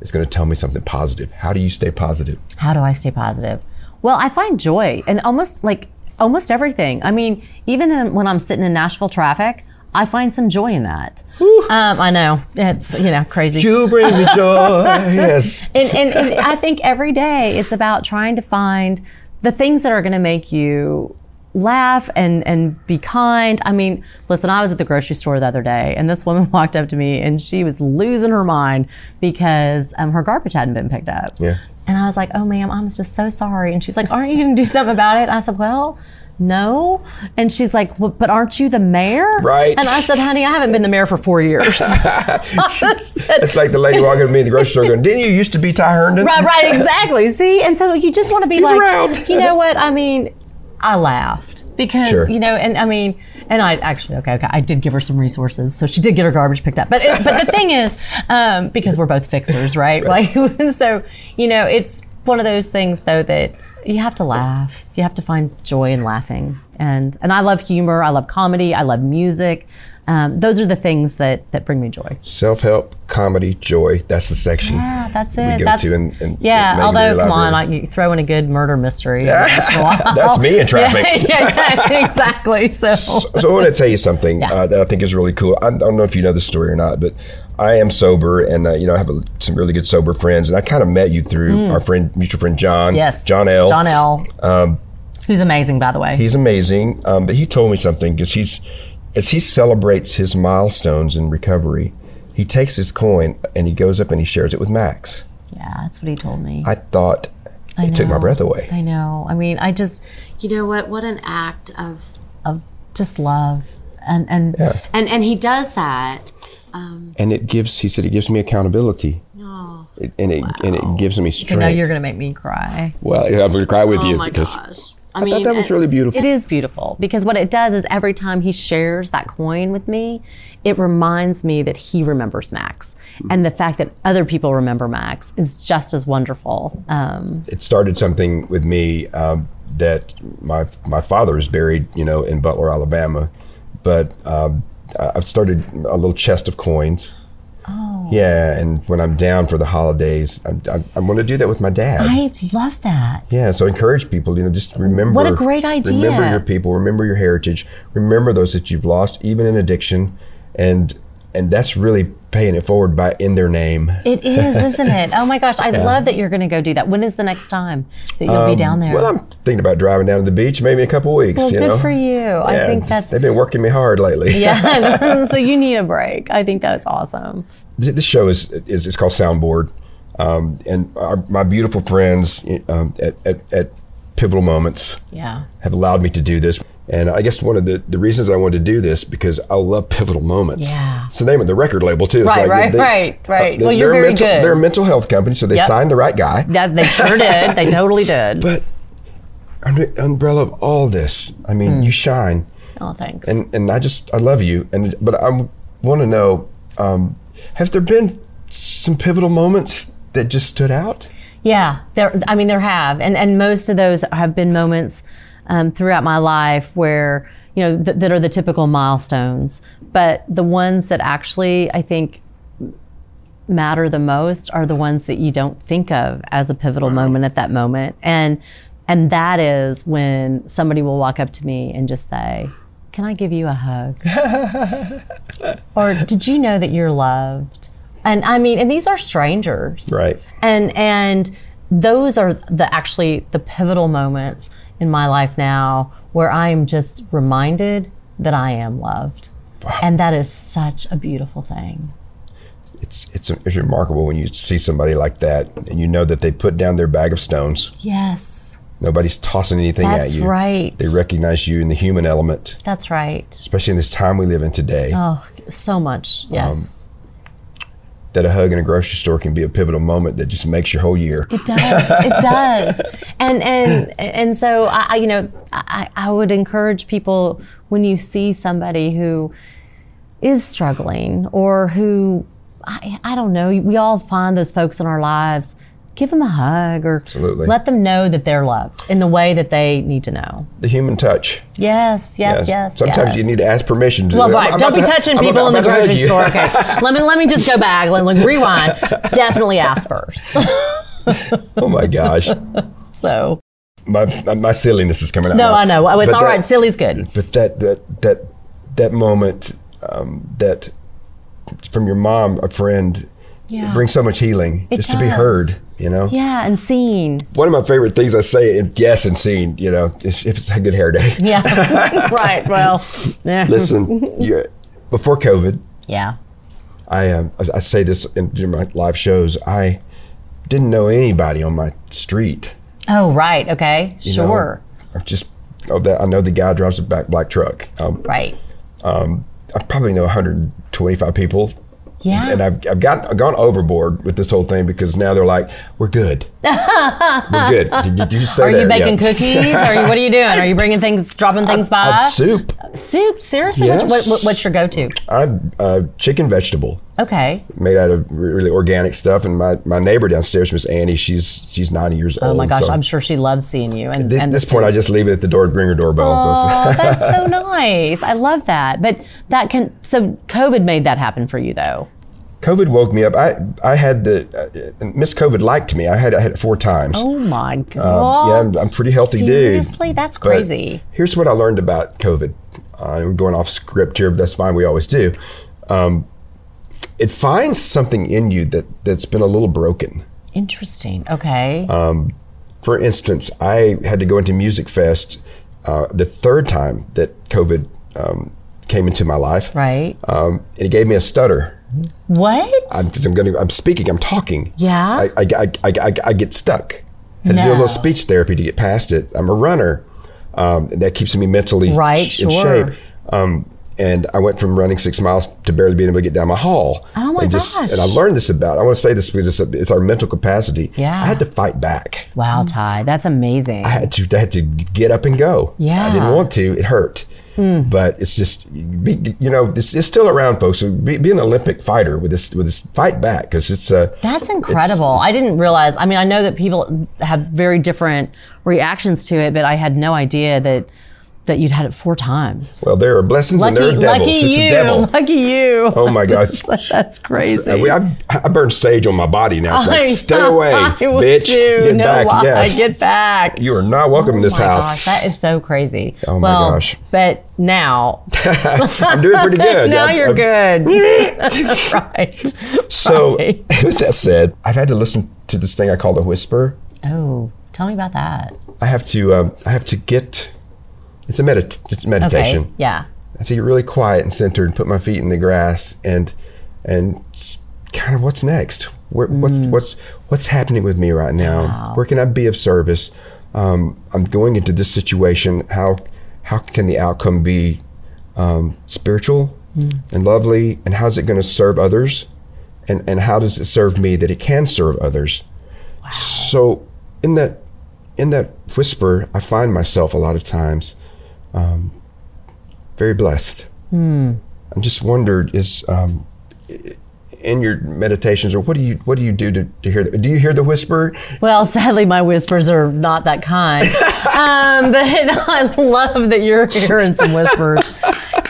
[SPEAKER 3] is going to tell me something positive? How do you stay positive?
[SPEAKER 4] How do I stay positive? Well, I find joy in almost like almost everything. I mean, even in, when I'm sitting in Nashville traffic, I find some joy in that. Um, I know it's you know crazy.
[SPEAKER 3] You bring me joy. yes.
[SPEAKER 4] and, and, and I think every day it's about trying to find the things that are going to make you laugh and and be kind. I mean, listen, I was at the grocery store the other day, and this woman walked up to me, and she was losing her mind because um, her garbage hadn't been picked up.
[SPEAKER 3] Yeah.
[SPEAKER 4] And I was like, "Oh, ma'am, I'm just so sorry." And she's like, "Aren't you going to do something about it?" And I said, "Well." No, and she's like, well, but aren't you the mayor?
[SPEAKER 3] Right.
[SPEAKER 4] And I said, honey, I haven't been the mayor for four years. I said,
[SPEAKER 3] It's like the lady walking to me in the grocery store going, Didn't you used to be Ty Herndon?
[SPEAKER 4] Right, right, exactly. See, and so you just want to be like,
[SPEAKER 3] around.
[SPEAKER 4] you know what? I mean, I laughed because
[SPEAKER 3] Sure.
[SPEAKER 4] you know, and I mean, and I actually okay, okay, I did give her some resources, so she did get her garbage picked up. But it, but the thing is, um, because we're both fixers, right? Like, so you know, it's one of those things though that you have to laugh. You have to find joy in laughing, and and I love humor. I love comedy. I love music. Um, those are the things that that bring me joy.
[SPEAKER 3] Self help, comedy, joy. That's the section.
[SPEAKER 4] Yeah, Ah, that's
[SPEAKER 3] we
[SPEAKER 4] it.
[SPEAKER 3] go
[SPEAKER 4] that's,
[SPEAKER 3] to and- and
[SPEAKER 4] yeah,
[SPEAKER 3] make it
[SPEAKER 4] although, come
[SPEAKER 3] elaborate.
[SPEAKER 4] on, like, you throw in a good murder mystery. every once in a while.
[SPEAKER 3] That's me in traffic.
[SPEAKER 4] oh. yeah, yeah, exactly. So,
[SPEAKER 3] so, so I want to tell you something uh, that I think is really cool. I, I don't know if you know this story or not, but I am sober, and uh, you know I have a, some really good sober friends, and I kind of met you through our friend, mutual friend John.
[SPEAKER 4] Mm. yes.
[SPEAKER 3] John L. Um,
[SPEAKER 4] John L. who's amazing, by the way.
[SPEAKER 3] He's amazing, um, but he told me something because he's as he celebrates his milestones in recovery, he takes his coin and he goes up and he shares it with Max.
[SPEAKER 4] yeah, that's what he told me.
[SPEAKER 3] I thought
[SPEAKER 4] I
[SPEAKER 3] it took my
[SPEAKER 4] know.
[SPEAKER 3] breath away.
[SPEAKER 4] I know. I mean, I just, you know what? What an act of of just love, and and
[SPEAKER 5] And and he does that.
[SPEAKER 4] Um,
[SPEAKER 3] and it gives he said it gives me accountability It- and it and it gives me
[SPEAKER 4] I
[SPEAKER 3] strength
[SPEAKER 4] know you're gonna make me cry.
[SPEAKER 3] well i'm gonna cry with you
[SPEAKER 5] Oh my
[SPEAKER 3] because
[SPEAKER 5] gosh. I,
[SPEAKER 3] i
[SPEAKER 5] mean,
[SPEAKER 3] thought that was
[SPEAKER 5] and-
[SPEAKER 3] really beautiful
[SPEAKER 4] It is beautiful because what it does is every time he shares that coin with me, it reminds me that he remembers Max. And the fact that other people remember Max is just as wonderful. Um,
[SPEAKER 3] it started something with me um, that my my father is buried, you know, in Butler, Alabama, but um, I- I've started a little chest of coins. Oh. Yeah, and when I'm down for the holidays, I'm I'm, I'm going to do that with my dad.
[SPEAKER 4] I love that.
[SPEAKER 3] yeah, so encourage people, you know, just remember.
[SPEAKER 4] What a great
[SPEAKER 3] Remember
[SPEAKER 4] idea.
[SPEAKER 3] your people, remember your heritage, remember those that you've lost, even in addiction, and and that's really paying it forward by in their name.
[SPEAKER 4] It is, isn't it? Oh my gosh, I love that you're going to go do that. When is the next time that you'll be down there?
[SPEAKER 3] Um, Well, I'm thinking about driving down to the beach, maybe in a couple weeks.
[SPEAKER 4] Well,
[SPEAKER 3] you
[SPEAKER 4] good
[SPEAKER 3] know?
[SPEAKER 4] for you. I
[SPEAKER 3] Yeah,
[SPEAKER 4] think that's.
[SPEAKER 3] they've been working me hard lately.
[SPEAKER 4] Yeah, so you need a break. I think that's awesome.
[SPEAKER 3] Th- This show is is it's called Soundboard, um, and our, my beautiful friends um, at, at at Pivotal Moments
[SPEAKER 4] Yeah.
[SPEAKER 3] have allowed me to do this. And I guess one of the, the reasons I wanted to do this because I love pivotal moments.
[SPEAKER 4] Yeah.
[SPEAKER 3] It's the name of the record label too. It's uh,
[SPEAKER 4] Right, right, right, right. Well, you're
[SPEAKER 3] they're a
[SPEAKER 4] very
[SPEAKER 3] mental,
[SPEAKER 4] good.
[SPEAKER 3] They're a mental health company, so they
[SPEAKER 4] Yep.
[SPEAKER 3] signed the right guy.
[SPEAKER 4] Yeah, they sure did. They totally did.
[SPEAKER 3] But under the umbrella of all this, I mean,
[SPEAKER 4] Hmm.
[SPEAKER 3] you shine.
[SPEAKER 4] Oh, thanks.
[SPEAKER 3] and and I just I love you and but I want to know um, have there been some pivotal moments that just stood out?
[SPEAKER 4] Yeah, there. I mean, there have, and and most of those have been moments um, throughout my life where you know th- that are the typical milestones, but the ones that actually I think matter the most are the ones that you don't think of as a pivotal moment at that moment, and and that is when somebody will walk up to me and just say. Can I give you a hug? or did you know that you're loved? And I mean, and these are strangers
[SPEAKER 3] Right.
[SPEAKER 4] and and those are the actually the pivotal moments in my life now where I am just reminded that I am loved. And that is such a beautiful thing.
[SPEAKER 3] It's, it's it's remarkable when you see somebody like that, and you know that they put down their bag of stones.
[SPEAKER 4] Yes.
[SPEAKER 3] Nobody's tossing anything
[SPEAKER 4] That's
[SPEAKER 3] at you.
[SPEAKER 4] right.
[SPEAKER 3] They recognize you in the human element,
[SPEAKER 4] That's right.
[SPEAKER 3] especially in this time we live in today.
[SPEAKER 4] Oh, so much.
[SPEAKER 3] Um,
[SPEAKER 4] Yes.
[SPEAKER 3] That a hug in a grocery store can be a pivotal moment that just makes your whole year.
[SPEAKER 4] it does. It does. And and and so I, I you know, I, I would encourage people when you see somebody who is struggling or who I, I don't know, we all find those folks in our lives. Give them a hug or
[SPEAKER 3] Absolutely.
[SPEAKER 4] let them know that they're loved in the way that they need to know.
[SPEAKER 3] The human touch.
[SPEAKER 4] Yes, yes, yes.
[SPEAKER 3] Sometimes
[SPEAKER 4] yes.
[SPEAKER 3] you need to ask permission. To
[SPEAKER 4] Well,
[SPEAKER 3] I'm-
[SPEAKER 4] right.
[SPEAKER 3] I'm
[SPEAKER 4] Don't be
[SPEAKER 3] about to-
[SPEAKER 4] touching
[SPEAKER 3] I'm
[SPEAKER 4] people
[SPEAKER 3] about-
[SPEAKER 4] in the
[SPEAKER 3] I'm about to hug
[SPEAKER 4] grocery
[SPEAKER 3] you.
[SPEAKER 4] store. Okay. let me let me just go back. Let me rewind. Definitely ask first.
[SPEAKER 3] oh my gosh,
[SPEAKER 4] So
[SPEAKER 3] my my silliness is coming out.
[SPEAKER 4] no,
[SPEAKER 3] now.
[SPEAKER 4] I know. It's
[SPEAKER 3] But
[SPEAKER 4] all
[SPEAKER 3] that-
[SPEAKER 4] right. Silly's good.
[SPEAKER 3] But that that that that moment um, that from your mom, a friend,
[SPEAKER 4] Yeah.
[SPEAKER 3] it brings so much healing
[SPEAKER 4] It
[SPEAKER 3] just to be
[SPEAKER 4] does.
[SPEAKER 3] heard. You know,
[SPEAKER 4] Yeah, and seen.
[SPEAKER 3] one of my favorite things I say, and yes, and seen. You know, if, if it's a good hair day.
[SPEAKER 4] Yeah. right. Well. Yeah.
[SPEAKER 3] Listen, you before COVID,
[SPEAKER 4] Yeah.
[SPEAKER 3] I um, I- I say this in during my live shows. I didn't know anybody on my street.
[SPEAKER 4] Oh, right. Okay.
[SPEAKER 3] you know?
[SPEAKER 4] Sure.
[SPEAKER 3] I'm just oh, that I know the guy drives a back black truck. Um,
[SPEAKER 4] Right.
[SPEAKER 3] um, I probably know 125 people.
[SPEAKER 4] Yeah.
[SPEAKER 3] And I've, I've got I've gone overboard with this whole thing because now they're like, we're good. we're good. You, you- you stay
[SPEAKER 4] Are you
[SPEAKER 3] there, yeah.
[SPEAKER 4] baking cookies? Are you? What are you doing? Are you bringing things, dropping things by?
[SPEAKER 3] I'd soup.
[SPEAKER 4] Soup. Seriously. What's-
[SPEAKER 3] Yes.
[SPEAKER 4] What, what, what's your go-to?
[SPEAKER 3] I'm uh, chicken vegetable
[SPEAKER 4] Okay.
[SPEAKER 3] made out of re- really organic stuff. And my, my neighbor downstairs, Miss Annie, she's she's 90 years old.
[SPEAKER 4] Oh my gosh,
[SPEAKER 3] so
[SPEAKER 4] I'm sure she loves seeing you. And
[SPEAKER 3] This,
[SPEAKER 4] and
[SPEAKER 3] this
[SPEAKER 4] the
[SPEAKER 3] point,
[SPEAKER 4] soup.
[SPEAKER 3] I just leave it at the door, ring her doorbell.
[SPEAKER 4] Oh, that's so nice. I love that. But that can so COVID made that happen for you though.
[SPEAKER 3] COVID woke me up. I I had the uh, Miss COVID liked me. I had I had it four times.
[SPEAKER 4] Oh my
[SPEAKER 3] Um,
[SPEAKER 4] god.
[SPEAKER 3] yeah, I'm, I'm a pretty healthy dude.
[SPEAKER 4] Oh, Seriously? That's
[SPEAKER 3] But
[SPEAKER 4] crazy.
[SPEAKER 3] here's what I learned about COVID. Uh, we're going off script here, but that's fine. We always do. Um, it finds something in you that that's been a little broken.
[SPEAKER 4] Interesting. Okay.
[SPEAKER 3] Uh, For instance, I had to go into Music Fest uh, the third time that COVID um, came into my life,
[SPEAKER 4] right.
[SPEAKER 3] um, and it gave me a stutter.
[SPEAKER 4] What?
[SPEAKER 3] I'm, 'cause I'm going. I'm speaking. I'm talking.
[SPEAKER 4] Yeah?
[SPEAKER 3] I, I, I, I, I, I get stuck. Had to do a
[SPEAKER 4] No.
[SPEAKER 3] little speech therapy to get past it. I'm a runner. Um, and that keeps me mentally
[SPEAKER 4] Right,
[SPEAKER 3] in
[SPEAKER 4] sure.
[SPEAKER 3] shape. Um, and I went from running six miles to barely being able to get down my hall.
[SPEAKER 4] Oh, my
[SPEAKER 3] and just,
[SPEAKER 4] gosh.
[SPEAKER 3] And I learned this about. I want to say this because it's, it's our mental capacity.
[SPEAKER 4] Yeah.
[SPEAKER 3] I had to fight back.
[SPEAKER 4] wow, Ty. That's amazing.
[SPEAKER 3] I had to. I had to get up and go.
[SPEAKER 4] Yeah. Hmm.
[SPEAKER 3] I didn't want to. It hurt. But it's just, be, you know, it's, it's still around, folks. So Be, be an Olympic fighter with this, with this fight back because it's uh, a.
[SPEAKER 4] That's incredible. I didn't realize. I mean, I know that people have very different reactions to it, but I had no idea that that you'd had it four times.
[SPEAKER 3] Well, there are blessings and there
[SPEAKER 4] Lucky,
[SPEAKER 3] are devils.
[SPEAKER 4] lucky
[SPEAKER 3] it's
[SPEAKER 4] you.
[SPEAKER 3] a devil.
[SPEAKER 4] Lucky you.
[SPEAKER 3] Oh my God.
[SPEAKER 4] That's crazy.
[SPEAKER 3] I, I, I burn sage on my body now. It's like, stay away,
[SPEAKER 4] I would
[SPEAKER 3] bitch.
[SPEAKER 4] too.
[SPEAKER 3] Get
[SPEAKER 4] no
[SPEAKER 3] back.
[SPEAKER 4] lie.
[SPEAKER 3] Yes.
[SPEAKER 4] Get back.
[SPEAKER 3] you are not welcome in this
[SPEAKER 4] oh my
[SPEAKER 3] house.
[SPEAKER 4] Gosh, that is so crazy.
[SPEAKER 3] Oh my
[SPEAKER 4] well,
[SPEAKER 3] gosh.
[SPEAKER 4] But now,
[SPEAKER 3] I'm doing pretty good.
[SPEAKER 4] now
[SPEAKER 3] I-
[SPEAKER 4] you're
[SPEAKER 3] I-
[SPEAKER 4] good. right.
[SPEAKER 3] So,
[SPEAKER 4] Sorry.
[SPEAKER 3] with that said, I've had to listen to this thing I call the whisper.
[SPEAKER 4] Oh, tell me about that.
[SPEAKER 3] I have to. Um, I have to get. It's a medit. It's a meditation.
[SPEAKER 4] Okay. Yeah.
[SPEAKER 3] I have to get really quiet and centered and put my feet in the grass and and s- kind of what's next? Where, What's what's what's happening with me right now? Where can I be of service? Um, I'm going into this situation. How how can the outcome be um, spiritual and lovely? And how's it going to serve others? And and how does it serve me that it can serve others? So in that in that whisper, I find myself a lot of times very blessed.
[SPEAKER 4] Hmm.
[SPEAKER 3] I just wondered is um, i- in your meditations or what do you what do you do to, to hear the, do you hear the whisper?
[SPEAKER 4] Well, sadly, my whispers are not that kind. um, but I love that you're hearing some whispers.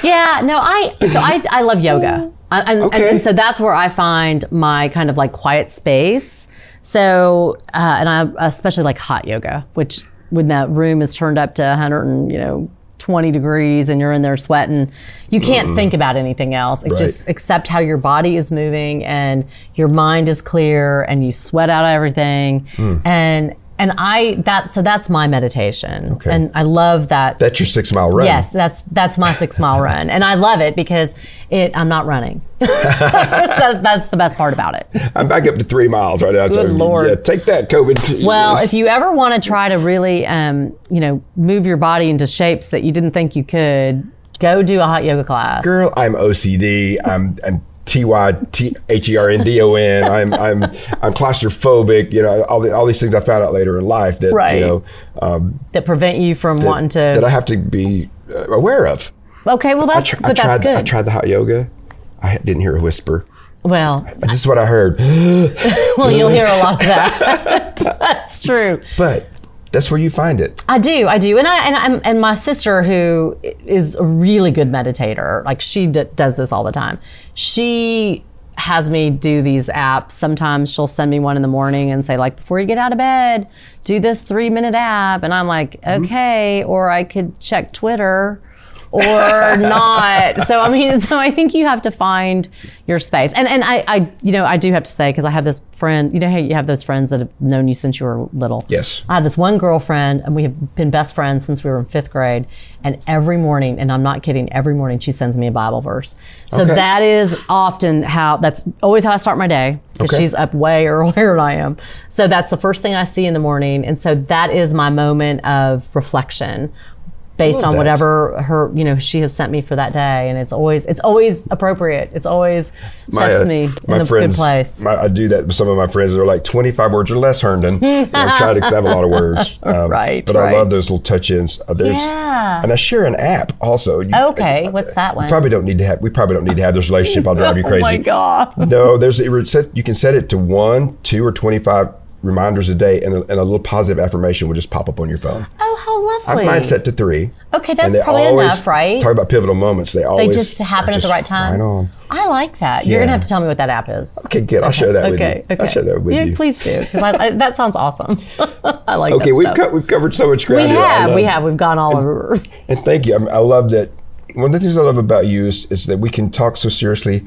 [SPEAKER 4] yeah, no, I so I I love yoga, I, and, and-
[SPEAKER 3] Okay.
[SPEAKER 4] and so that's where I find my kind of like quiet space. So, uh, and I especially like hot yoga, which when that room is turned up to 100 and you know 20 degrees and you're in there sweating, you can't think about anything else. It
[SPEAKER 3] Mm-hmm. Right.
[SPEAKER 4] just accept how your body is moving and your mind is clear and you sweat out everything.
[SPEAKER 3] Hmm.
[SPEAKER 4] And and I that so that's my meditation.
[SPEAKER 3] Okay.
[SPEAKER 4] And I love that
[SPEAKER 3] That's your six mile run.
[SPEAKER 4] Yes, that's that's my six mile run, and I love it because it. I'm not running. that's, that's the best part about it.
[SPEAKER 3] I'm back up to three miles right now.
[SPEAKER 4] Good Lord.
[SPEAKER 3] Yeah, take that, COVID.
[SPEAKER 4] Well,
[SPEAKER 3] Yes.
[SPEAKER 4] if you ever want to try to really, um, you know, move your body into shapes that you didn't think you could, go do a hot yoga class.
[SPEAKER 3] girl, I'm OCD. I'm I'm T Y T H E R N D O N. I'm I'm I'm claustrophobic. You know, all the, all these things I found out later in life that
[SPEAKER 4] Right.
[SPEAKER 3] you know um,
[SPEAKER 4] That prevent you from wanting to.
[SPEAKER 3] that I have to be uh, aware of.
[SPEAKER 4] okay, well
[SPEAKER 3] I,
[SPEAKER 4] that's
[SPEAKER 3] tr- I
[SPEAKER 4] but
[SPEAKER 3] tried
[SPEAKER 4] that's good.
[SPEAKER 3] I tried the hot yoga. I didn't hear a whisper.
[SPEAKER 4] well,
[SPEAKER 3] This is what I heard.
[SPEAKER 4] well, you'll hear a lot of that. that's true.
[SPEAKER 3] But that's where you find it.
[SPEAKER 4] I do, I do, and I and I'm, and my sister who is a really good meditator, like she d- does this all the time. She has me do these apps. Sometimes she'll send me one in the morning and say like, before you get out of bed, do this three minute app, and I'm like, okay, or I could check Twitter. or not. So I mean, so I think you have to find your space. And and I, I you know, I do have to say because I have this friend. You know how you have those friends that have known you since you were little.
[SPEAKER 3] Yes.
[SPEAKER 4] I have this one girlfriend, and we have been best friends since we were in fifth grade. And every morning, and I'm not kidding, every morning she sends me a Bible verse. So
[SPEAKER 3] Okay.
[SPEAKER 4] that is often how that's always how I start my day because
[SPEAKER 3] Okay.
[SPEAKER 4] she's up way earlier than I am. So that's the first thing I see in the morning, and so that is my moment of reflection based
[SPEAKER 3] Love
[SPEAKER 4] on
[SPEAKER 3] that.
[SPEAKER 4] whatever her you know she has sent me for that day and it's always it's always appropriate it's always sets
[SPEAKER 3] uh,
[SPEAKER 4] me
[SPEAKER 3] my
[SPEAKER 4] in a good
[SPEAKER 3] friends,
[SPEAKER 4] place
[SPEAKER 3] my- I do that with some of my friends. They're like 25 words or less, Herndon. And I'm trying to 'cause I have a lot of words. Um,
[SPEAKER 4] Right,
[SPEAKER 3] But I
[SPEAKER 4] right.
[SPEAKER 3] love those little touch ins.
[SPEAKER 4] Yeah.
[SPEAKER 3] And I share an app also. You- uh,
[SPEAKER 4] okay what's that
[SPEAKER 3] We
[SPEAKER 4] one
[SPEAKER 3] probably don't need to have. We probably don't need to have this relationship. I'll drive you
[SPEAKER 4] oh
[SPEAKER 3] crazy.
[SPEAKER 4] my god
[SPEAKER 3] No, there's it would set, you can set it to one, two, or twenty-five reminders a day, and a, and a little positive affirmation will just pop up on your phone.
[SPEAKER 4] oh how
[SPEAKER 3] I've
[SPEAKER 4] lovely
[SPEAKER 3] mine set to three.
[SPEAKER 4] Okay,
[SPEAKER 3] and
[SPEAKER 4] that's
[SPEAKER 3] they
[SPEAKER 4] probably
[SPEAKER 3] always-
[SPEAKER 4] enough, right?
[SPEAKER 3] Talk about pivotal moments. They
[SPEAKER 4] they
[SPEAKER 3] always
[SPEAKER 4] just happen
[SPEAKER 3] are
[SPEAKER 4] at the
[SPEAKER 3] just
[SPEAKER 4] right time
[SPEAKER 3] Right on.
[SPEAKER 4] i like that you're gonna
[SPEAKER 3] Yeah.
[SPEAKER 4] have to tell me what that app is
[SPEAKER 3] Okay, good. I'll share that with you.
[SPEAKER 4] okay okay
[SPEAKER 3] I'll share that with
[SPEAKER 4] yeah,
[SPEAKER 3] you.
[SPEAKER 4] please do 'cause I, I, that sounds awesome i like
[SPEAKER 3] Okay,
[SPEAKER 4] that
[SPEAKER 3] we've
[SPEAKER 4] stuff.
[SPEAKER 3] co- we've covered so much
[SPEAKER 4] we
[SPEAKER 3] ground. here. I
[SPEAKER 4] have we
[SPEAKER 3] love-
[SPEAKER 4] have we've gone all over
[SPEAKER 3] And thank you. I, mean, I love that. One of the things I love about you is, is that we can talk so seriously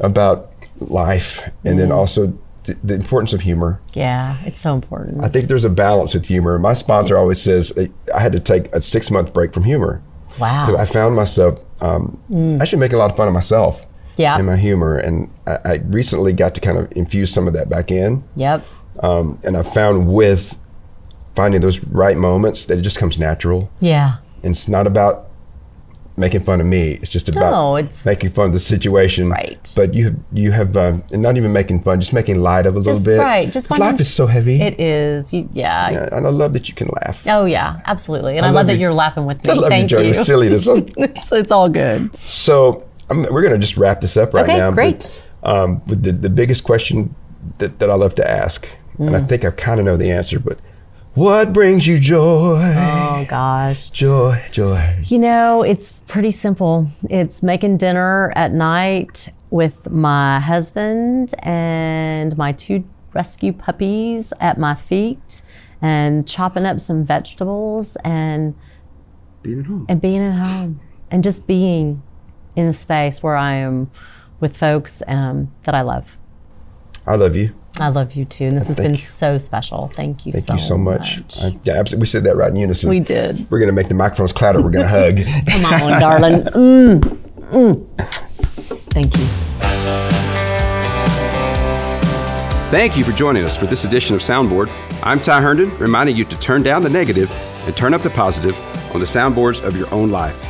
[SPEAKER 3] about life, and
[SPEAKER 4] Mm-hmm.
[SPEAKER 3] then also th- the importance of humor.
[SPEAKER 4] yeah it's so important
[SPEAKER 3] I think there's a balance with humor. My sponsor always says uh, I had to take a six month break from humor.
[SPEAKER 4] Wow.
[SPEAKER 3] Because I found myself, um, I should make a lot of fun of myself.
[SPEAKER 4] Mm. Yeah.
[SPEAKER 3] And my humor. And I, I recently got to kind of infuse some of that back in.
[SPEAKER 4] yep
[SPEAKER 3] Um, and I found with finding those right moments that it just comes natural.
[SPEAKER 4] yeah
[SPEAKER 3] And it's not about making fun of me. It's just about
[SPEAKER 4] No, it's-
[SPEAKER 3] making fun of the situation.
[SPEAKER 4] Right.
[SPEAKER 3] But you have, you have um, and not even making fun, just making light of a
[SPEAKER 4] Just
[SPEAKER 3] little bit.
[SPEAKER 4] right, just
[SPEAKER 3] 'Cause
[SPEAKER 4] finding-
[SPEAKER 3] life is so heavy.
[SPEAKER 4] it is you, yeah
[SPEAKER 3] Yeah, and I love that you can laugh.
[SPEAKER 4] Oh yeah, absolutely. And I,
[SPEAKER 3] I
[SPEAKER 4] love,
[SPEAKER 3] love
[SPEAKER 4] that
[SPEAKER 3] you.
[SPEAKER 4] you're laughing with me.
[SPEAKER 3] I love you,
[SPEAKER 4] Thank
[SPEAKER 3] Joe. You're silly to some.
[SPEAKER 4] it's, it's all good.
[SPEAKER 3] so I'm, we're going to just wrap this up right
[SPEAKER 4] Okay,
[SPEAKER 3] now. but,
[SPEAKER 4] great.
[SPEAKER 3] um, with the, the biggest question that, that I love to ask, and
[SPEAKER 4] Mm.
[SPEAKER 3] I think I kind of know the answer, but what brings you joy?
[SPEAKER 2] Uh,
[SPEAKER 4] Oh gosh.
[SPEAKER 3] Joy, joy.
[SPEAKER 4] You know, it's pretty simple. It's making dinner at night with my husband and my two rescue puppies at my feet and chopping up some vegetables and
[SPEAKER 2] Being at home.
[SPEAKER 4] and being at home and just being in a space where I am with folks um, that I love.
[SPEAKER 3] I love you.
[SPEAKER 4] I love you too, and this has
[SPEAKER 3] Thank
[SPEAKER 4] been
[SPEAKER 3] you.
[SPEAKER 4] so special. Thank you
[SPEAKER 3] Thank
[SPEAKER 4] so
[SPEAKER 3] you so much.
[SPEAKER 4] much.
[SPEAKER 3] I, yeah, absolutely. We said that right in unison.
[SPEAKER 4] We did.
[SPEAKER 3] We're going to make the microphones clatter. We're going to hug.
[SPEAKER 4] Come on, darling. Mm, mm. Thank you.
[SPEAKER 2] Thank you for joining us for this edition of Soundboard. I'm Ty Herndon, reminding you to turn down the negative and turn up the positive on the soundboards of your own life.